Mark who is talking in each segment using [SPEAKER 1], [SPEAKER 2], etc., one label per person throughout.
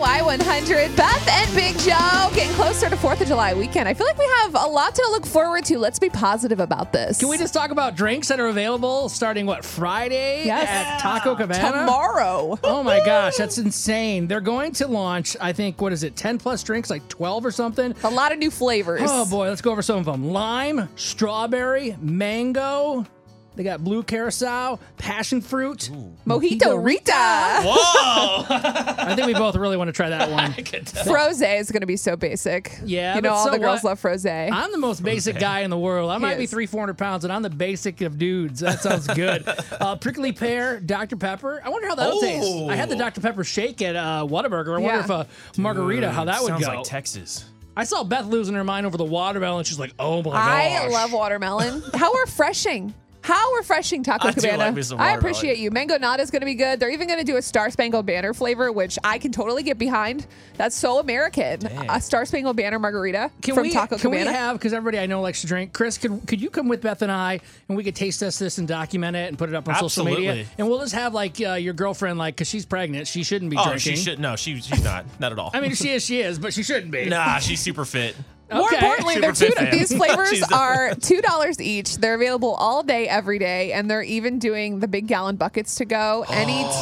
[SPEAKER 1] Y100, Beth and Big Joe getting closer to 4th of July weekend. I feel like we have a lot to look forward to. Let's be positive about this.
[SPEAKER 2] Can we just talk about drinks that are available starting what Friday
[SPEAKER 1] Yes.
[SPEAKER 2] at Taco Cabana?
[SPEAKER 1] Tomorrow.
[SPEAKER 2] Oh my gosh, that's insane. They're going to launch, I think, what is it, 10 plus drinks, like 12 or something?
[SPEAKER 1] A lot of new flavors.
[SPEAKER 2] Oh boy, let's go over some of them lime, strawberry, mango. They got blue carousel, passion fruit.
[SPEAKER 1] Mojito Rita.
[SPEAKER 3] Whoa!
[SPEAKER 2] I think we both really want to try that one.
[SPEAKER 1] Froze is going to be so basic.
[SPEAKER 2] Yeah,
[SPEAKER 1] You know,
[SPEAKER 2] but
[SPEAKER 1] all
[SPEAKER 2] so
[SPEAKER 1] the girls
[SPEAKER 2] what?
[SPEAKER 1] love Froze.
[SPEAKER 2] I'm the most basic guy in the world. I might be
[SPEAKER 1] is.
[SPEAKER 2] three, four hundred pounds, and I'm the basic of dudes. That sounds good. uh, prickly pear, Dr Pepper. I wonder how that'll taste. I had the
[SPEAKER 3] Oh.
[SPEAKER 2] Dr Pepper shake at uh, Whataburger. I wonder
[SPEAKER 1] Yeah.
[SPEAKER 2] if a margarita, how that would
[SPEAKER 3] Sounds
[SPEAKER 2] go.
[SPEAKER 3] like Texas.
[SPEAKER 2] I saw Beth losing her mind over the watermelon. She's like, "Oh my
[SPEAKER 1] I
[SPEAKER 2] gosh!"
[SPEAKER 1] love watermelon. How refreshing. How refreshing Taco
[SPEAKER 3] I do
[SPEAKER 1] Cabana.
[SPEAKER 3] like me some
[SPEAKER 1] I
[SPEAKER 3] watermelon.
[SPEAKER 1] appreciate you. Mango Nada is going to be good. They're even going to do a Star Spangled Banner flavor, which I can totally get behind. That's so American. A Star Spangled Banner margarita
[SPEAKER 2] Can
[SPEAKER 1] from
[SPEAKER 2] we
[SPEAKER 1] Taco
[SPEAKER 2] can
[SPEAKER 1] Cabana.
[SPEAKER 2] we have because everybody I know likes to drink? Chris, could could you come with Beth and I and we could taste test this and document it and put it up on social media?
[SPEAKER 3] Absolutely.
[SPEAKER 2] And we'll just have like uh, your girlfriend like because she's pregnant, she shouldn't be
[SPEAKER 3] Oh,
[SPEAKER 2] drinking.
[SPEAKER 3] she should. No, she, she's not. Not at all.
[SPEAKER 2] I mean, Oh, if she is, she is, but she shouldn't be.
[SPEAKER 3] nah, she's super fit.
[SPEAKER 1] More
[SPEAKER 2] Okay.
[SPEAKER 1] importantly, they're two,
[SPEAKER 3] Super fan.
[SPEAKER 1] these flavors
[SPEAKER 3] She's-
[SPEAKER 1] are two dollars each. They're available all day, every day, and they're even doing the big gallon buckets to go. Any
[SPEAKER 3] Oh,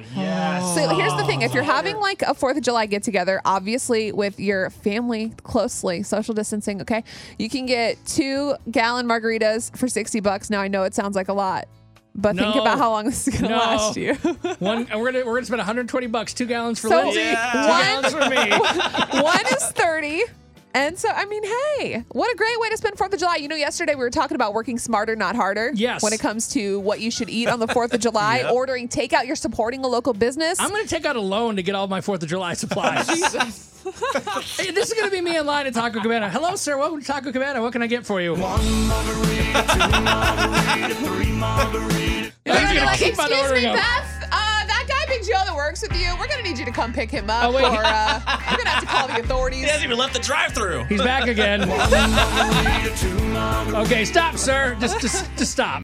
[SPEAKER 1] two.
[SPEAKER 3] Yes.
[SPEAKER 1] So here's the thing: if you're having like a Fourth of July get together, obviously with your family closely, social distancing, okay, you can get two gallon margaritas for sixty bucks. Now I know it sounds like a lot, but think
[SPEAKER 2] No.
[SPEAKER 1] about how long this is gonna
[SPEAKER 2] No.
[SPEAKER 1] last you.
[SPEAKER 2] One, and we're gonna we're gonna spend 120 bucks, two gallons for
[SPEAKER 1] So,
[SPEAKER 2] Lindsay,
[SPEAKER 3] Yeah.
[SPEAKER 2] two gallons for me.
[SPEAKER 1] One is 30. And so, I mean, hey, what a great way to spend 4th of July. You know, yesterday we were talking about working smarter, not harder.
[SPEAKER 2] Yes.
[SPEAKER 1] When it comes to what you should eat on the 4th of July,
[SPEAKER 3] Yep.
[SPEAKER 1] ordering takeout, you're supporting a local business.
[SPEAKER 2] I'm gonna take out a loan to get all my Fourth of July supplies. Hey, this is gonna be me in line at Taco Cabana. Hello, sir. Welcome to Taco Cabana. What can I get for you? One
[SPEAKER 1] You're gonna be
[SPEAKER 2] margarita, two margarita,
[SPEAKER 1] like,
[SPEAKER 2] three margarita. And he's gonna keep on
[SPEAKER 1] excuse
[SPEAKER 2] ordering
[SPEAKER 1] me,
[SPEAKER 2] them.
[SPEAKER 1] Beth, uh, that guy Big Joe that works with you, we're going to need you to come pick him up.
[SPEAKER 2] Oh, wait.
[SPEAKER 1] Or uh, we're going to have to call the authorities.
[SPEAKER 3] He hasn't even left the drive-through.
[SPEAKER 2] He's back again. okay, stop, sir. Just, just, just stop.